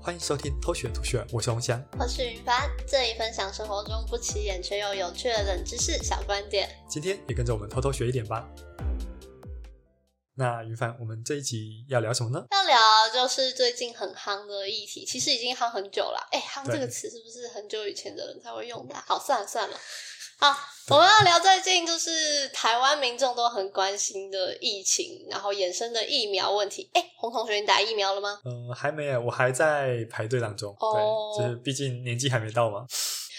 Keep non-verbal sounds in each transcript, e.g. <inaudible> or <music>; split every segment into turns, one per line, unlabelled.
欢迎收听偷学吐血，我是红翔。
我是云凡，这里分享生活中不起眼却又有趣的冷知识小观点。
今天也跟着我们偷偷学一点吧。那于凡，我们这一集要聊什么呢？
要聊就是最近很夯的议题，其实已经夯很久了。哎，夯
对
这个词是不是很久以前的人才会用的啊？好，算了算了。好，我们要聊最近就是台湾民众都很关心的疫情，然后衍生的疫苗问题。哎，洪同学，你打疫苗了吗？
呃，还没有，我还在排队当中。
哦
对，就是毕竟年纪还没到嘛。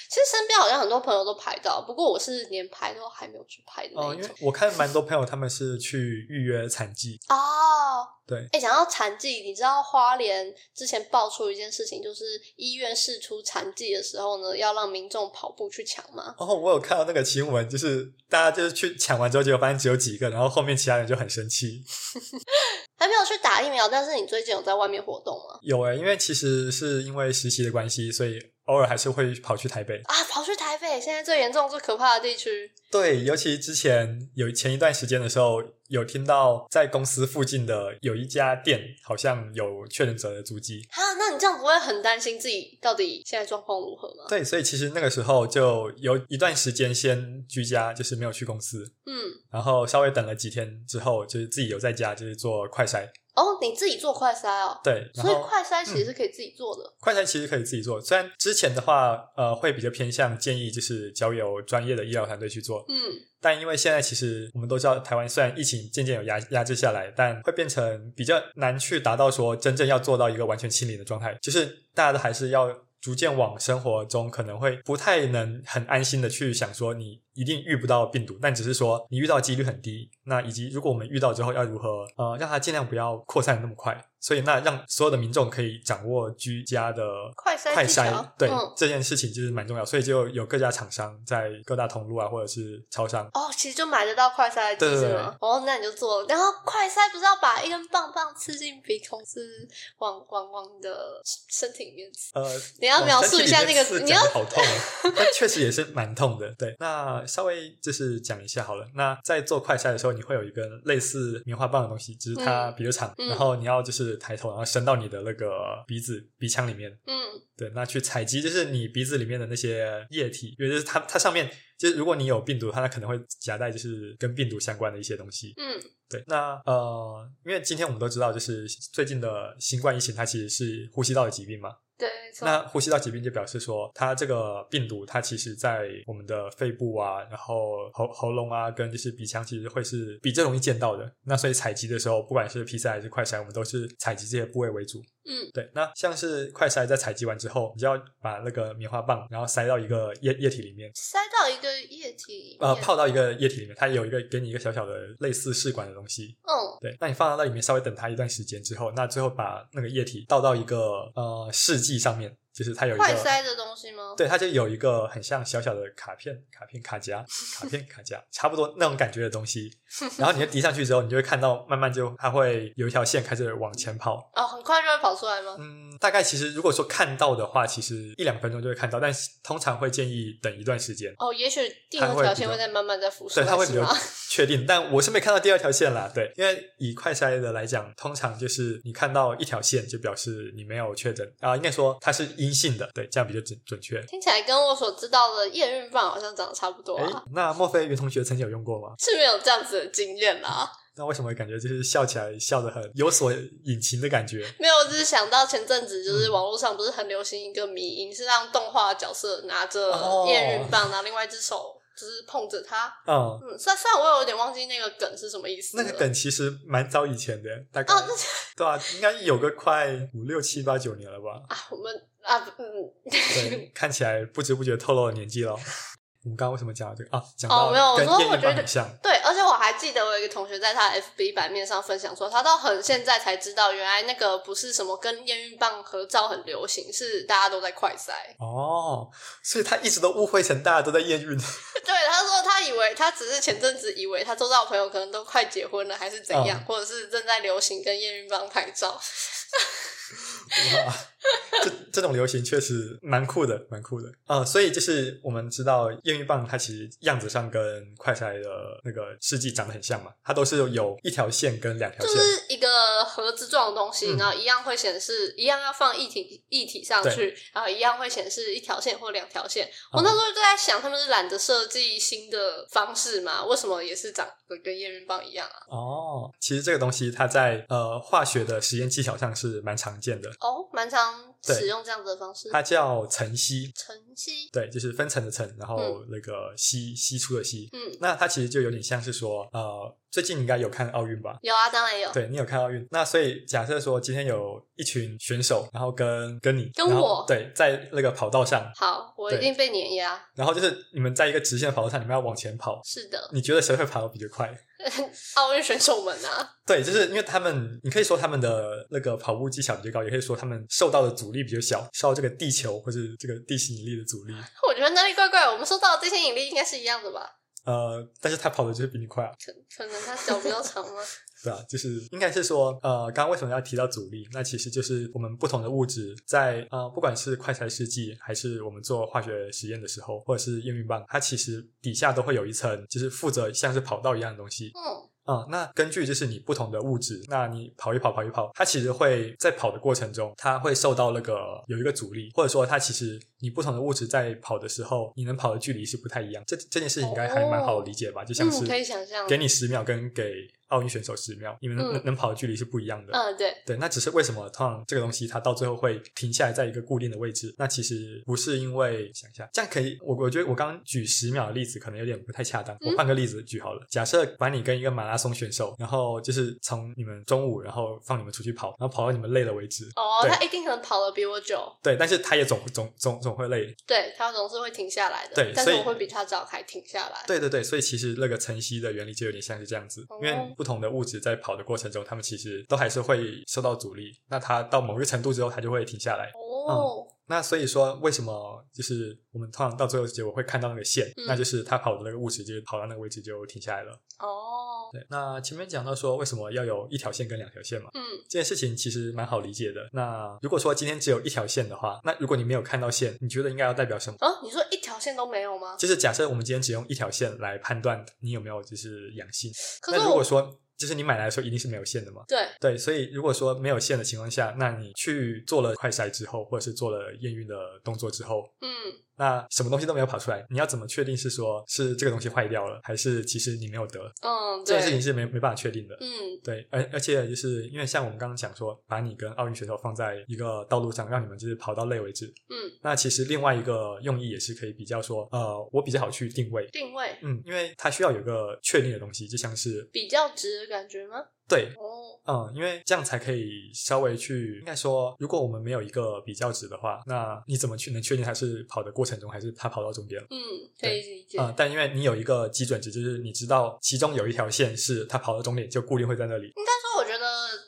其实身边好像很多朋友都排到，不过我是连排都还没有去排的那
哦，
一
因为
种。
我看蛮多朋友他们是去预约产季，
哦，
对，
哎，讲到产季，你知道花莲之前爆出一件事情，就是医院试出产季的时候呢，要让民众跑步去抢吗？
哦，我有看到那个新闻，就是大家就是去抢完之后，结果发现只有几个，然后后面其他人就很生气。
还没有去打疫苗，但是你最近有在外面活动吗？
有欸诶、因为其实是因为实习的关系，所以偶尔还是会跑去台北。
啊，跑去台北，现在最严重、最可怕的地区。
对，尤其之前有前一段时间的时候，有听到在公司附近的有一家店好像有确诊者的足迹。
啊，那你这样不会很担心自己到底现在状况如何吗？
对，所以其实那个时候就有一段时间先居家，就是没有去公司，
嗯，
然后稍微等了几天之后，就是自己有在家，就是做快筛。
哦，你自己做快筛哦，
对，然
所以
后嗯
快筛其实是可以自己做的。
快筛其实可以自己做，虽然之前的话，呃，会比较偏向建议就是交由专业的医疗团队去做，
嗯，
但因为现在其实我们都知道，台湾虽然疫情渐渐有压压制下来，但会变成比较难去达到说真正要做到一个完全清零的状态，就是大家都还是要逐渐往生活中可能会不太能很安心的去想说你一定遇不到病毒，但只是说你遇到几率很低，那以及如果我们遇到之后要如何呃让它尽量不要扩散那么快，所以那让所有的民众可以掌握居家的
快筛
快
技巧
筛，对、
嗯
这件事情就是蛮重要，所以就有各家厂商在各大通路啊或者是超商。
哦，其实就买得到快筛的机
对对
是
对
吗？哦，那你就做了。然后快筛不是要把一根棒棒刺进鼻孔，是往往往你的身体里面刺。
呃，
你要
哇
描
身
述
体
一下
里面
那个
刺
你
讲
要
得好痛
<laughs>
啊！但确实也是蛮痛的。对，那稍微就是讲一下好了。那在做快筛的时候，你会有一个类似棉花棒的东西，只是它
嗯
比较长，
嗯
然后你要就是抬头，然后伸到你的那个鼻子鼻腔里面。
嗯，
对，那去采集就是你鼻子里面的那些液体，因为就是它它上面就是如果你有病毒，它可能会夹带就是跟病毒相关的一些东西。
嗯，
对，那呃，因为今天我们都知道，就是最近的新冠疫情，它其实是呼吸道的疾病嘛。
对，没错。
那呼吸道疾病就表示说，它这个病毒它其实在我们的肺部啊，然后喉喉咙啊，跟就是鼻腔，其实会是比较容易见到的。那所以采集的时候，不管是 PCR 还是快筛，我们都是采集这些部位为主。
嗯，
对，那像是快筛在采集完之后，你就要把那个棉花棒，然后塞到一个液液体里面。
塞到一个液体里
呃，
面
泡到一个液体里面，它有一个给你一个小小的类似试管的东西，
嗯，
对，那你放到那里面稍微等它一段时间之后，那最后把那个液体倒到一个呃试剂上面，就是它有一个
快塞的东西吗？，
对，它就有一个很像小小的卡片、卡片、卡夹、卡片、卡夹，差不多那种感觉的东西。然后你就滴上去之后，你就会看到慢慢就它会有一条线开始往前跑。
哦，很快就会跑出来吗？
嗯，大概其实如果说看到的话，其实一两分钟就会看到，但是通常会建议等一段时间。
哦，也许第
它
二
会
条
比
线
较
会再慢慢再浮出
对，
来，
它会比
是
较
吗？
确定，但我是没看到第二条线啦。对，因为以快筛的来讲，通常就是你看到一条线就表示你没有确诊啊、应该说它是阴性的，对，这样比较准准确。
听起来跟我所知道的验孕棒好像长得差不多
哎
啊，，
那莫非云同学曾经有用过吗？
是没有这样子的经验啦。
那为什么感觉就是笑起来笑得很有所隐情的感觉？
<laughs> 没有，我只是想到前阵子就是
嗯
网络上不是很流行一个迷因，是让动画角色拿着
哦
验孕棒，拿另外一只手就是碰着它。
嗯，
嗯，虽虽然我有点忘记那个梗是什么意思
那
了，
个梗其实蛮早以前的，大概、
哦，那？
对啊，应该有个快五六七八九年了吧
啊， <laughs> 我们啊，不嗯， <laughs>
对，看起来不知不觉透露了年纪咯。我们刚刚为什么讲到这个啊？讲到
哦没有我
跟
说
验
我
孕
觉
棒
得
很像。
对，而且我还记得我有一个同学在他的 FB 版面上分享说，他到很现在才知道，原来那个不是什么跟验孕棒合照很流行，是大家都在快塞。
哦，所以他一直都误会成大家都在验孕，
对，他说他以为他只是前阵子以为
嗯
他周遭的朋友可能都快结婚了，还是怎样，或者是正在流行跟验孕棒拍照，
哇，这这种流行确实蛮酷的，蛮酷的啊、呃所以就是我们知道验孕棒它其实样子上跟快筛的那个试剂长得很像嘛，它都是有一条线跟两条
就
线。
是一个盒子状的东西，
嗯
然后一样会显示，一样要放液体液体上去，然后一样会显示一条线或两条线。
嗯
我那时候就在想，他们是懒得设计新的方式嘛？为什么也是长得跟验孕棒一样啊？
哦，其实这个东西它在呃化学的实验技巧上是蛮常见的，
哦，蛮常
对
使用这样子的方式。
它叫层析，
晨曦，
对，就是分层的层，然后那个析析出的析。
嗯，
那它其实就有点像是说，呃，最近你应该有看奥运吧？
有啊，当然有。
对你有看奥运，那所以假设说今天有一群选手，然后跟跟你，
跟
然后
我
对，在那个跑道上，
好，我
对
一定被碾压。
然后就是你们在一个直线的跑道上，你们要往前跑，
是的，
你觉得谁会跑得比较快？
<laughs> 奥运选手们啊，
对，就是因为他们，你可以说他们的那个跑步技巧比较高，也可以说他们受到的阻力比较小，受到这个地球或是这个地心引力的阻力。
我觉得那里怪怪。我们受到的地心引力应该是一样的吧？
呃，但是他跑的就是比你快啊，
可可能他脚比较长吗？
对啊，就是应该是说，呃，刚刚为什么要提到阻力？那其实就是我们不同的物质在呃，不管是快筛试剂，还是我们做化学实验的时候，或者是验孕棒，它其实底下都会有一层，就是负责像是跑道一样的东西
嗯，
啊、那根据就是你不同的物质，那你跑一跑，跑一跑，它其实会在跑的过程中，它会受到那个有一个阻力，或者说它其实你不同的物质在跑的时候，你能跑的距离是不太一样。这这件事情应该还蛮好理解吧？就像是、
嗯可以想象
给你十秒跟给奥运选手十秒，你们能、
嗯
能能跑的距离是不一样的。
嗯，对。
对，那只是为什么通常这个东西它到最后会停下来在一个固定的位置？那其实不是因为想一下，这样可以，我我觉得我刚刚举十秒的例子可能有点不太恰当，
嗯
我换个例子举好了。假设把你跟一个马拉松选手，然后就是从你们中午，然后放你们出去跑，然后跑到你们累了为止。
哦，
对
他一定可能跑得比我久，
对，但是他也总总总总会累，
对他总是会停下来的。
对
但是
所以
我会比他早还停下来。
对对对，所以其实那个晨曦的原理就有点像是这样子，因为
哦
不同的物质在跑的过程中，它们其实都还是会受到阻力。那它到某一个程度之后，它就会停下来。
哦，
那所以说，为什么就是我们通常到最后结果会看到那个线，
嗯
那就是它跑的那个物质就跑到那个位置就停下来了。
哦，
对，那前面讲到说为什么要有一条线跟两条线嘛，
嗯，
这件事情其实蛮好理解的。那如果说今天只有一条线的话，那如果你没有看到线，你觉得应该要代表什么？
啊，你说一条线都没有吗？
就是假设我们今天只用一条线来判断你有没有就是阳性，
可是
那如果
我
说就是你买来的时候一定是没有线的嘛？
对
对，所以如果说没有线的情况下，那你去做了快筛之后，或者是做了验孕的动作之后，
嗯，
那什么东西都没有跑出来，你要怎么确定是说是这个东西坏掉了，还是其实你没有得？
嗯，
这件事情
对，
是没没办法确定的。
嗯，
对，而而且就是因为像我们刚刚讲说，把你跟奥运选手放在一个道路上，让你们就是跑到累为止。
嗯，
那其实另外一个用意也是可以比较说，呃，我比较好去定位，
定位
嗯，因为它需要有个确定的东西，就像是
比较直的感觉吗？
对
哦，
嗯，因为这样才可以稍微去，应该说，如果我们没有一个比较值的话，那你怎么去能确定它是跑的过程中，还是它跑到终点了？
嗯，可以理解。
啊、但因为你有一个基准值，就是你知道其中有一条线是它跑到终点就固定会在那里。
但是我觉得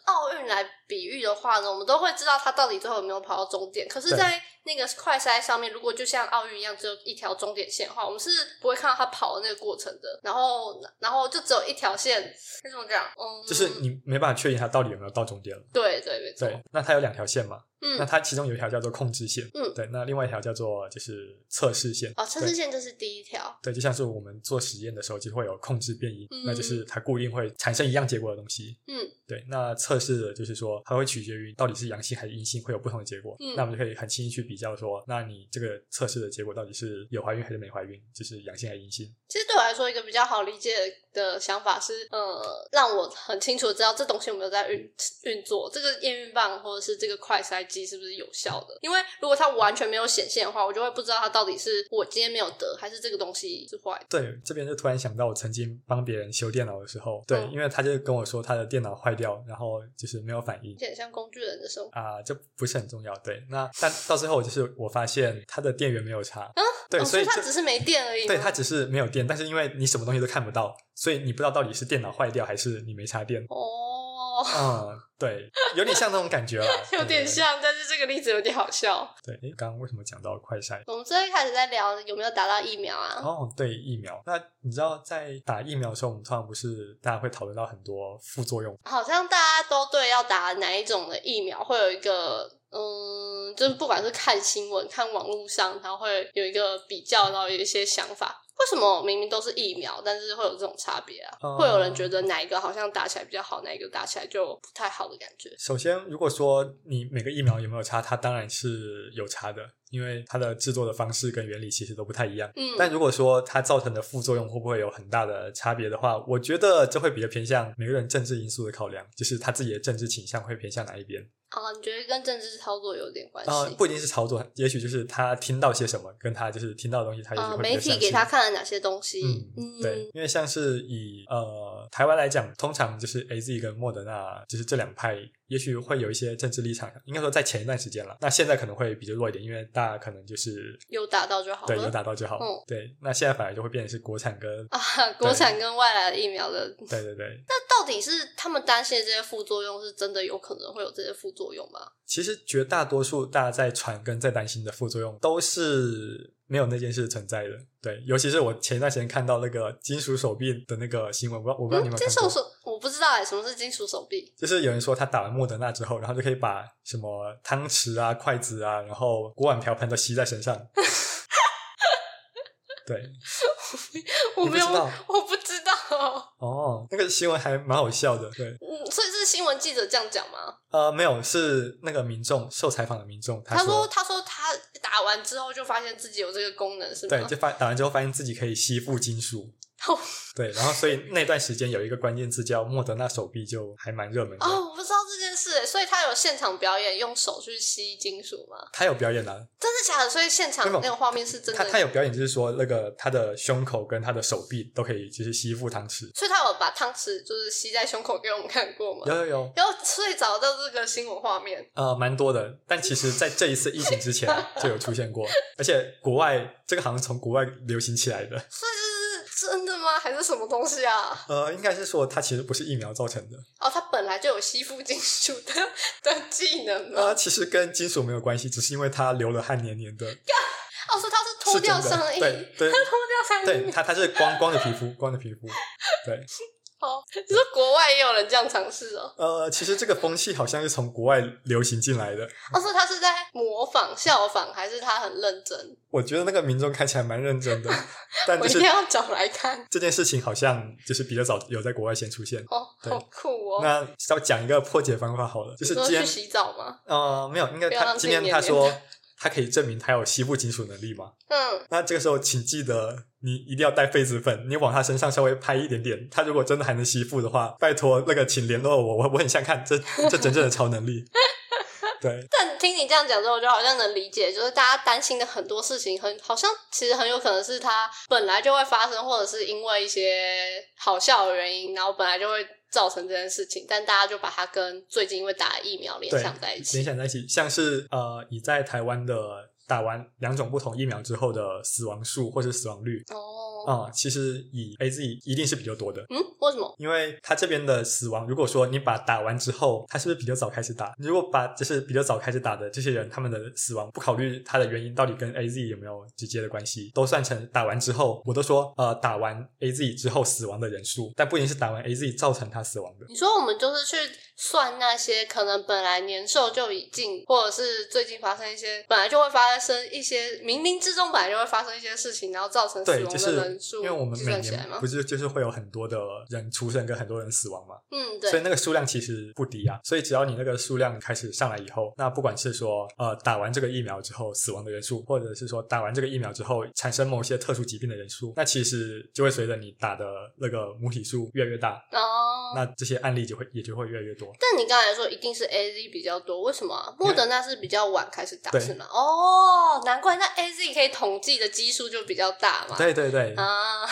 奥运来比喻的话呢，我们都会知道他到底最后有没有跑到终点。可是，
对
在那个快筛上面，如果就像奥运一样只有一条终点线的话，我们是不会看到他跑的那个过程的。然后，然后就只有一条线，该怎么讲？嗯，
就是你没办法确定它到底有没有到终点了。
对对没错，
对，那它有两条线嘛？那
嗯，
它其中有一条叫做控制线，
嗯
对，那另外一条叫做就是测试线。
哦，测
对
试线就是第一条，
对，就像是我们做实验的时候，就会有控制变因，
嗯
那就是它固定会产生一样结果的东西。
嗯，
对。那测试的就是说，它会取决于到底是阳性还是阴性，会有不同的结果。
嗯
那我们就可以很轻易去比较说，那你这个测试的结果到底是有怀孕还是没怀孕，就是阳性还是阴性。
其实对我来说，一个比较好理解的想法是，呃，让我很清楚地知道这东西有没有在运运作，这个验孕棒或者是这个快筛机是不是有效的？因为如果它完全没有显现的话，我就会不知道它到底是我今天没有得，还是这个东西是坏的。
对，这边就突然想到，我曾经帮别人修电脑的时候，对，
嗯
因为他就跟我说他的电脑坏掉，然后就是没有反应
有。点像工具人的生活。
啊、这不是很重要，对。那但到最后，就是我发现它的电源没有插，对，
哦
所以
它
这
只是没电而已吗。
对，它只是没有电，但是因为你什么东西都看不到，所以你不知道到底是电脑坏掉还是你没插电。
哦，哦， <laughs>，
嗯，对，有点像那种感觉啦
有点像，但是这个例子有点好笑。
对。对，诶刚刚为什么讲到快筛？
我们最开始在聊有没有打到疫苗啊？
哦，对，疫苗。那你知道在打疫苗的时候，我们通常不是大家会讨论到很多副作用，
好像大家都对要打哪一种的疫苗会有一个。嗯，就是不管是看新闻、看网络上，它会有一个比较，然后有一些想法。为什么明明都是疫苗，但是会有这种差别啊？
嗯
会有人觉得哪一个好像打起来比较好，哪一个打起来就不太好的感觉？
首先，如果说你每个疫苗有没有差，它当然是有差的，因为它的制作的方式跟原理其实都不太一样。
嗯，
但如果说它造成的副作用会不会有很大的差别的话，我觉得这会比较偏向每个人政治因素的考量，就是他自己的政治倾向会偏向哪一边。
啊，你觉得跟政治操作有点关系？
啊、不一定是操作，也许就是他听到些什么，跟他就是听到的东西，他也许会
啊、
比
媒
较相
体
信。
给他看了哪些东西？
嗯，对，，因为像是以呃台湾来讲，通常就是 A Z 跟莫德纳，就是这两派，也许会有一些政治立场，应该说在前一段时间了。那现在可能会比较弱一点，因为大家可能就是
有打到就好
对有
了。
打到就好。
嗯
对，那现在反而就会变成是国产跟、
<laughs> 啊，国产跟外来的疫苗的，
对对对。
那到底是他们担心的这些副作用是真的有可能会有这些副作用吗？
其实绝大多数大家在传跟在担心的副作用都是没有那件事存在的。对，尤其是我前一段时间看到那个金属手臂的那个新闻，我不知道我不知道你
嗯，
们
金
看过。
属手我不知道哎、什么是金属手臂？
就是有人说他打完莫德纳之后，然后就可以把什么汤匙啊、筷子啊，然后锅碗瓢盆都吸在
<laughs>
身上。对，
我没有
你不知道，
我不知道。 <laughs>
哦，那个新闻还蛮好笑的。对，
嗯，所以是新闻记者这样讲吗？
呃，没有，是那个民众受采访的民众，
他
说，
他说他打完之后就发现自己有这个功能，是吗？
对，就发打完之后发现自己可以吸附金属。
<laughs> 哦
对，然后所以那段时间有一个关键字叫莫德纳手臂，就还蛮热门的。
哦，我不知道这件事欸，所以他有现场表演用手去吸金属吗？
他有表演啊，
真的假的？所以现场
没有
那个画面是真
他
的，
他有表演，就是说那个他的胸口跟他的手臂都可以就是吸附汤匙。
所以他有把汤匙就是吸在胸口给我们看过吗？
有有有，
然后所以找到这个新闻画面，
呃，蛮多的，但其实在这一次疫情之前
<laughs>
就有出现过，而且国外这个好像从国外流行起来的，
所以这是真的吗？还是什么东西啊？
呃，应该是说它其实不是疫苗造成的，
哦，他本来就有吸附金属的的技能吗？
呃，其实跟金属没有关系，只是因为它流了汗黏黏的，
哦，所以他是脱
是
掉
真的
上衣，他脱
对对
掉上
对，
衣。
它它是光光的皮肤，光的皮肤，对，
哦，你说国外也有人这样尝试哦？
呃，其实这个风气好像是从国外流行进来的，
哦，所以他是在模仿、效仿，还是他很认真？
我觉得那个民众看起来蛮认真
<laughs>
的，但
我
就
一
是
定要找来看。
这件事情好像就是比较早有在国外先出现。
哦，
对
好酷
<laughs>
哦！
那要讲一个破解方法好了，就是
你说
今
去
天
洗澡吗？
呃，没有，应该
不要
他
让
今
自己
天他
黏黏
说
的
他可以证明他有吸附金属能力嘛？
嗯，
那这个时候请记得你一定要带痱子粉，你往他身上稍微拍一点点，他如果真的还能吸附的话，拜托那个请联络我，我我很想看这这真正的超能
<laughs>
力。对，
但听你这样讲之后，我就好像能理解，就是大家担心的很多事情很，好像其实很有可能是它本来就会发生，或者是因为一些好笑的原因，然后本来就会造成这件事情，但大家就把它跟最近因为打疫苗联
对
想在一起
联。想在一起，像是呃，你在台湾的打完两种不同疫苗之后的死亡数或者死亡率
哦，
啊、其实以 A Z 一定是比较多的。
嗯，为什么？
因为他这边的死亡，如果说你把打完之后，他是不是比较早开始打？你如果把就是比较早开始打的这些人，他们的死亡不考虑他的原因到底跟 A Z 有没有直接的关系，都算成打完之后，我都说呃打完 A Z 之后死亡的人数，但不一定是打完 A Z 造成他死亡的。
你说我们就是去算那些可能本来年兽就已经，或者是最近发生一些本来就会发生一些冥冥之中本来就会发生一些事情，然后造成死
对，就
亡
是
的人
因
数
为我们
计
每
算起来
年
吗
不？是就是会有很多的人出生跟很多人死亡嘛，
嗯，
所以
对。
那个数量其实不低啊。所以只要你那个数量开始上来以后，那不管是说呃打完这个疫苗之后死亡的人数，或者是说打完这个疫苗之后产生某些特殊疾病的人数，那其实就会随着你打的那个母体数越来越大，
哦，
那这些案例就会也就会越来越多。
但你刚才说一定是 A Z 比较多，为什么啊、
因为
莫德纳是比较晚开始打
对
是吗？哦，难怪那 A Z 可以统计的基数就比较大嘛。
对对对，啊、
啊，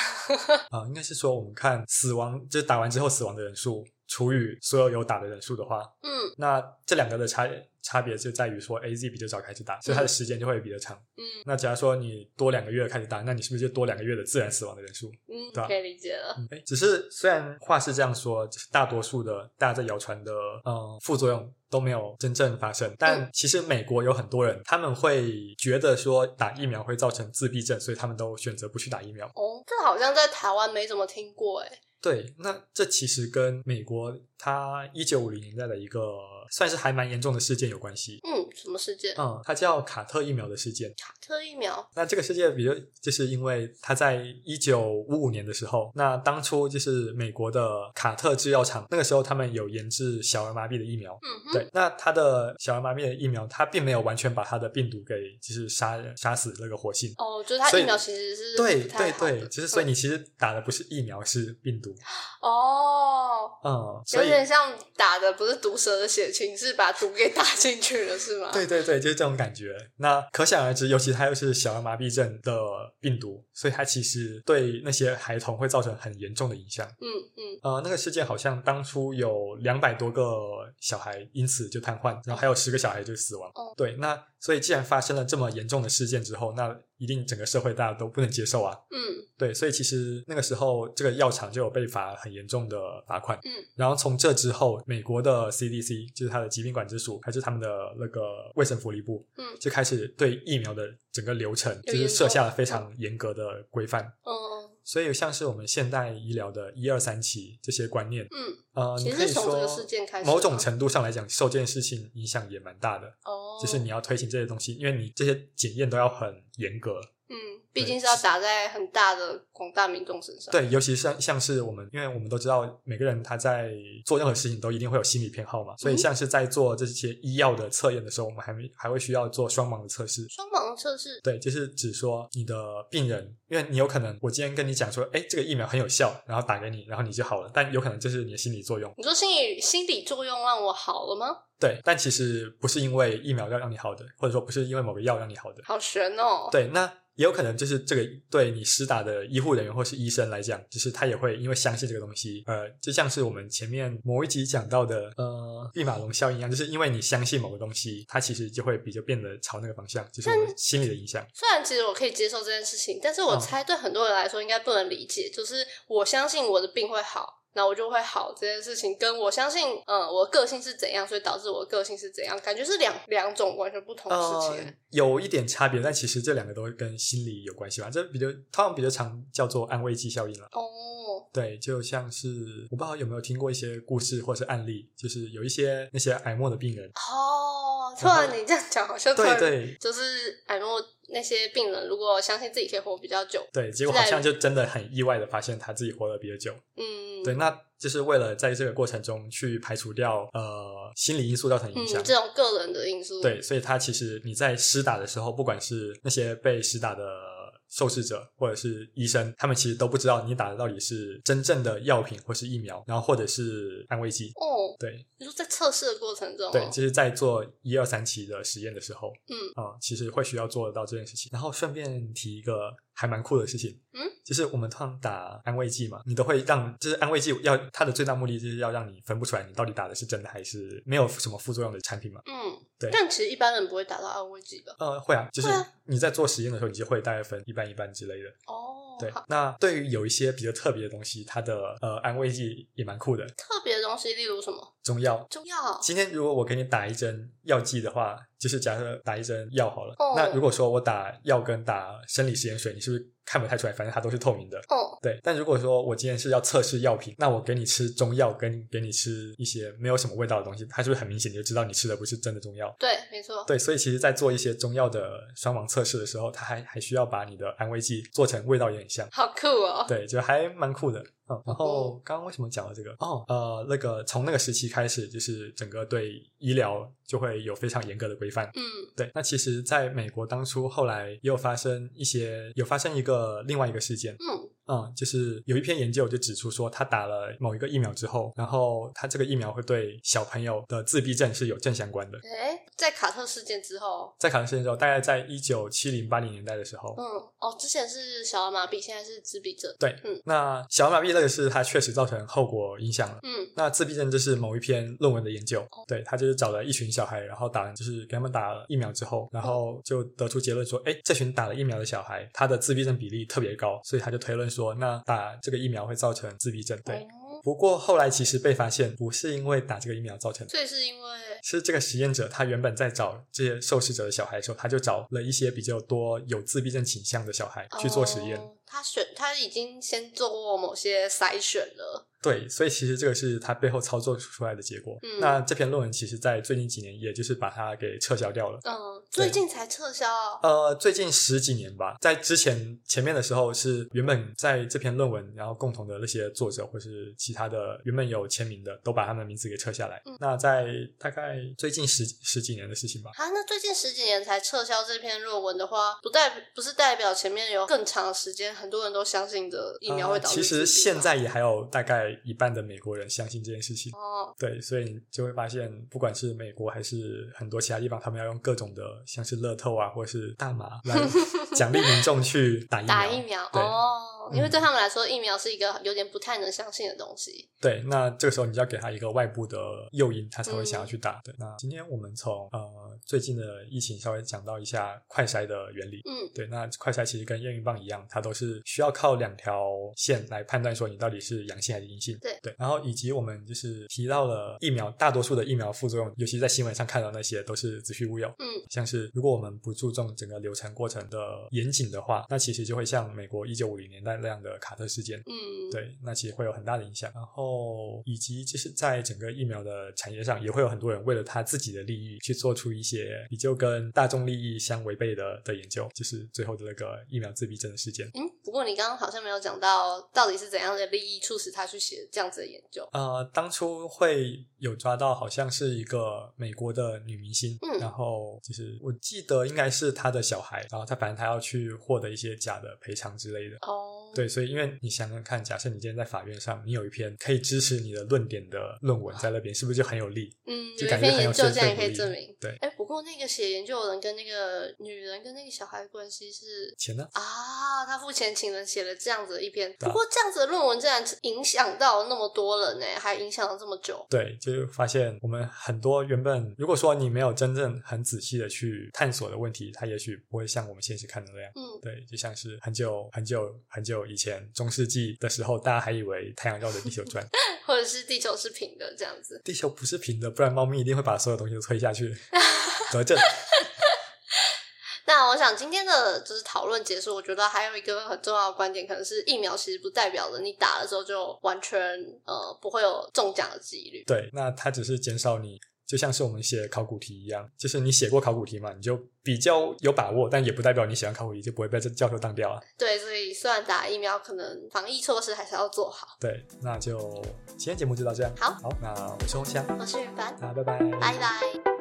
<laughs>
应该是说我们看死亡，就是打完之后死亡的人数。除以所有有打的人数的话，
嗯
那这两个的差差别就在于说，A Z 比较早开始打，所以它的时间就会比较长。
嗯
那假如说你多两个月开始打，那你是不是就多两个月的自然死亡的人数？
嗯，
对啊
可以理解了。
嗯，诶只是虽然话是这样说，就是大多数的大家在谣传的呃副作用都没有真正发生，但其实美国有很多人他们会觉得说打疫苗会造成自闭症，所以他们都选择不去打疫苗。
哦，这好像在台湾没怎么听过哎。
对，那这其实跟美国它一九五零年代的一个算是还蛮严重的事件有关系。
嗯，什么事件？
嗯，它叫卡特疫苗的事件。
卡特疫苗。
那这个事件，比如就是因为它在一九五五年的时候，那当初就是美国的卡特制药厂，那个时候他们有研制小儿麻痹的疫苗。
嗯哼，
对，那它的小儿麻痹的疫苗，它并没有完全把它的病毒给就是杀杀死那个活性。
哦，就是它
所以
疫苗其实是
对
不太
对
好的
对，就是所以
嗯
你其实打的不是疫苗，是病毒。
哦，
嗯，
有
所以
点像打的不是毒蛇的血清，是把毒给打进去了，是吗？
对对对，就是这种感觉。那可想而知，尤其它又是小儿麻痹症的病毒，所以它其实对那些孩童会造成很严重的影响。
嗯嗯，
呃，那个事件好像当初有两百多个小孩因此就瘫痪，然后还有十个小孩就死亡。
哦
对，那所以既然发生了这么严重的事件之后，那一定整个社会大家都不能接受啊。
嗯
对，所以其实那个时候这个药厂就有被罚很严重的罚款。
嗯，
然后从这之后，美国的 CDC 就是它的疾病管制署，还是他们的那个卫生福利部，
嗯
就开始对疫苗的整个流程就
有
是
研
设
究
下了非常严格的规范。
嗯
所以像是我们现代医疗的一二三期这些观念，
嗯，
呃，
其
你
实
可以
是从这个
说
事件开始
某种
吗
程度上来讲，受这件事情影响也蛮大的。
哦，
就是你要推行这些东西，因为你这些检验都要很严格，
嗯，毕竟是要打在很大的广大民众身上。
对，尤其像像是我们，因为我们都知道每个人他在做任何事情都一定会有心理偏好嘛，所以
嗯
像是在做这些医药的测验的时候，我们还没还会需要做双盲的测试。
双盲测试，
对，就是指说你的病人，因为你有可能我今天跟你讲说，哎，这个疫苗很有效，然后打给你，然后你就好了，但有可能这是你的心理作用。
你说心理心理作用让我好了吗？
对，但其实不是因为疫苗要让你好的，或者说不是因为某个药让你好的。
好悬哦。
对，那也有可能就是这个对你施打的医护人员或是医生来讲，就是他也会因为相信这个东西，呃，就像是我们前面某一集讲到的，呃，毕马龙效应一样，就是因为你相信某个东西，它其实就会比较变得朝那个方向，就是我们心理的影响。
虽然其实我可以接受这件事情，但是我
嗯
猜对很多人来说应该不能理解，就是我相信我的病会好，那我就会好这件事情，跟我相信嗯我的个性是怎样，所以导致我的个性是怎样，感觉是两两种完全不同的事情。
呃，有一点差别，但其实这两个都会跟心理有关系吧。这比较，他们比较常叫做安慰剂效应了。
哦，
对，就像是我不知道有没有听过一些故事或是案例，就是有一些那些癌末的病人，
哦，突
然后 <laughs>
然你这样讲，好像突
对
然
对，
就是哎，如果那些病人如果相信自己可以活比较久，
对，结果
是
好
在
像就真的很意外的发现他自己活得比较久。
嗯，
对，那就是为了在这个过程中去排除掉呃心理因素造成影
嗯
响。
这种个人的因素，
对，所以他其实你在施打的时候，不管是那些被施打的受试者或者是医生，他们其实都不知道你打的到底是真正的药品或是疫苗，然后或者是安慰剂。
哦，
对
你说在测试的过程中哦，
对，就是在做一二三期的实验的时候，
嗯
啊、其实会需要做得到这件事情。然后顺便提一个还蛮酷的事情，
嗯，
就是我们通常打安慰剂嘛，你都会让，就是安慰剂要它的最大目的就是要让你分不出来你到底打的是真的还是没有什么副作用的产品嘛。
嗯，
对
但其实一般人不会打到安慰剂吧？
呃，会啊，就是
会啊
你在做实验的时候，你就会大概分一半一半之类的。
哦，
对
好，，
那对于有一些比较特别的东西，它的呃安慰剂也蛮酷的，
特别的东西，例如什么
中药
中药，
今天如果我给你打一针药剂的话，就是假设打一针药好了。
哦
那如果说我打药跟打生理食盐水，你是不是看不太出来？反正它都是透明的。
哦，
对，但如果说我今天是要测试药品，那我给你吃中药，跟给你吃一些没有什么味道的东西，它是不是很明显你就知道你吃的不是真的中药？
对，没错，
对，所以其实，在做一些中药的双盲测试的时候，它还还需要把你的安慰剂做成味道也很像。
好酷哦，
对，就还蛮酷的。嗯，然后刚刚为什么讲到这个？哦，呃，那个从那个时期开始，就是整个对医疗就会有非常严格的规范。
嗯
对，那其实在美国当初后来也有发生一些，有发生一个另外一个事件，
嗯，
嗯，就是有一篇研究就指出说，他打了某一个疫苗之后，然后他这个疫苗会对小朋友的自闭症是有正相关的。
哎，在卡特事件之后，
在卡恩事件之后，大概在一九七零八零年代的时候，
嗯，哦，之前是小儿麻痹，现在是自闭症。
对，
嗯
那小儿麻痹这个是它确实造成后果影响了。
嗯
那自闭症就是某一篇论文的研究，
哦
对他就是找了一群小孩，然后打了就是给他们打了疫苗之后，然后就得出结论说，哎，这群打了疫苗的小孩，他的自闭症比例特别高，所以他就推论说，那打这个疫苗会造成自闭症。对，
哦
不过后来其实被发现不是因为打这个疫苗造成的。
所以是因为
是这个实验者，他原本在找这些受试者的小孩的时候，他就找了一些比较多有自闭症倾向的小孩去做实验。
哦他选他已经先做过某些筛选了。
对，所以其实这个是他背后操作出来的结果。
嗯
那这篇论文其实，在最近几年，也就是把它给撤销掉了。
嗯，最
对
近才撤销哦。
呃，最近十几年吧，在之前前面的时候是原本在这篇论文，然后共同的那些作者或是其他的原本有签名的，都把他们的名字给撤下来。
嗯
那在大概最近十十几年的事情吧，
啊，那最近十几年才撤销这篇论文的话，不代不是代表前面有更长的时间，很多人都相信的疫苗会
呃
导致、
其实现在也还有大概一半的美国人相信这件事情。
哦，
对，所以你就会发现，不管是美国还是很多其他地方，他们要用各种的，像是乐透啊，或者是大
<laughs>
麻来奖励民众去打疫苗。
打疫苗
对
哦，因为
嗯
对他们来说，疫苗是一个有点不太能相信的东西。
对，那这个时候你就要给他一个外部的诱因，他才会
嗯
想要去打。对，那今天我们从呃最近的疫情稍微讲到一下快筛的原理。
嗯
对，那快筛其实跟验孕棒一样，它都是需要靠两条线来判断说你到底是阳性还是阴性。
对
对，然后以及我们就是提到了疫苗，大多数的疫苗副作用，尤其在新闻上看到那些都是子虚乌有。
嗯
像是如果我们不注重整个流程过程的严谨的话，那其实就会像美国一九五零年代那样的卡特事件。
嗯，，
对，那其实会有很大的影响，然后以及就是在整个疫苗的产业上，也会有很多人为了他自己的利益去做出一些比较跟大众利益相违背的的研究，就是最后的那个疫苗自闭症的事件。
嗯，不过你刚刚好像没有讲到到底是怎样的利益促使他去写这样子的研究。
呃，当初会有抓到，好像是一个美国的女明星，
嗯
然后就是我记得应该是她的小孩，然后她反正她要去获得一些假的赔偿之类的。
哦，
对，所以因为你想想看，假设你今天在法院上，你有一篇可以支持你的论点的论
啊
文在那边，是不是就很有利？
嗯，有
就
一
感
篇
觉很
研
有
究
说
这样
服
也可以
力
证明。
对，
哎，不过那个写研究的人跟那个女人跟那个小孩的关系是
钱呢？
啊，他付钱请人写了这样子的一篇，
对啊
不过这样子的论文竟然影响到那么多人呢、还影响了这么久。
对，就是发现我们很多原本，如果说你没有真正很仔细的去探索的问题，它也许不会像我们现实看的那样。
嗯，
对，就像是很久很久很久以前中世纪的时候，大家还以为太阳绕着地球转， <laughs>
或者是地球是平的这样子。
地球不是平的，不然猫咪一定会把所有东西都推下
<laughs>
去。得正，
那我想今天的就是讨论结束，我觉得还有一个很重要的观点，可能是疫苗其实不代表着你打了之后就完全呃不会有中奖的几率。
对，那它只是减少你。就像是我们写考古题一样，就是你写过考古题嘛，你就比较有把握，但也不代表你写完考古题就不会被这教授当掉啊。
对，所以虽然打疫苗，可能防疫措施还是要做好。
对，那就今天节目就到这样。
好
好，那我是红翔，
我是云凡，
大家拜拜。
拜拜。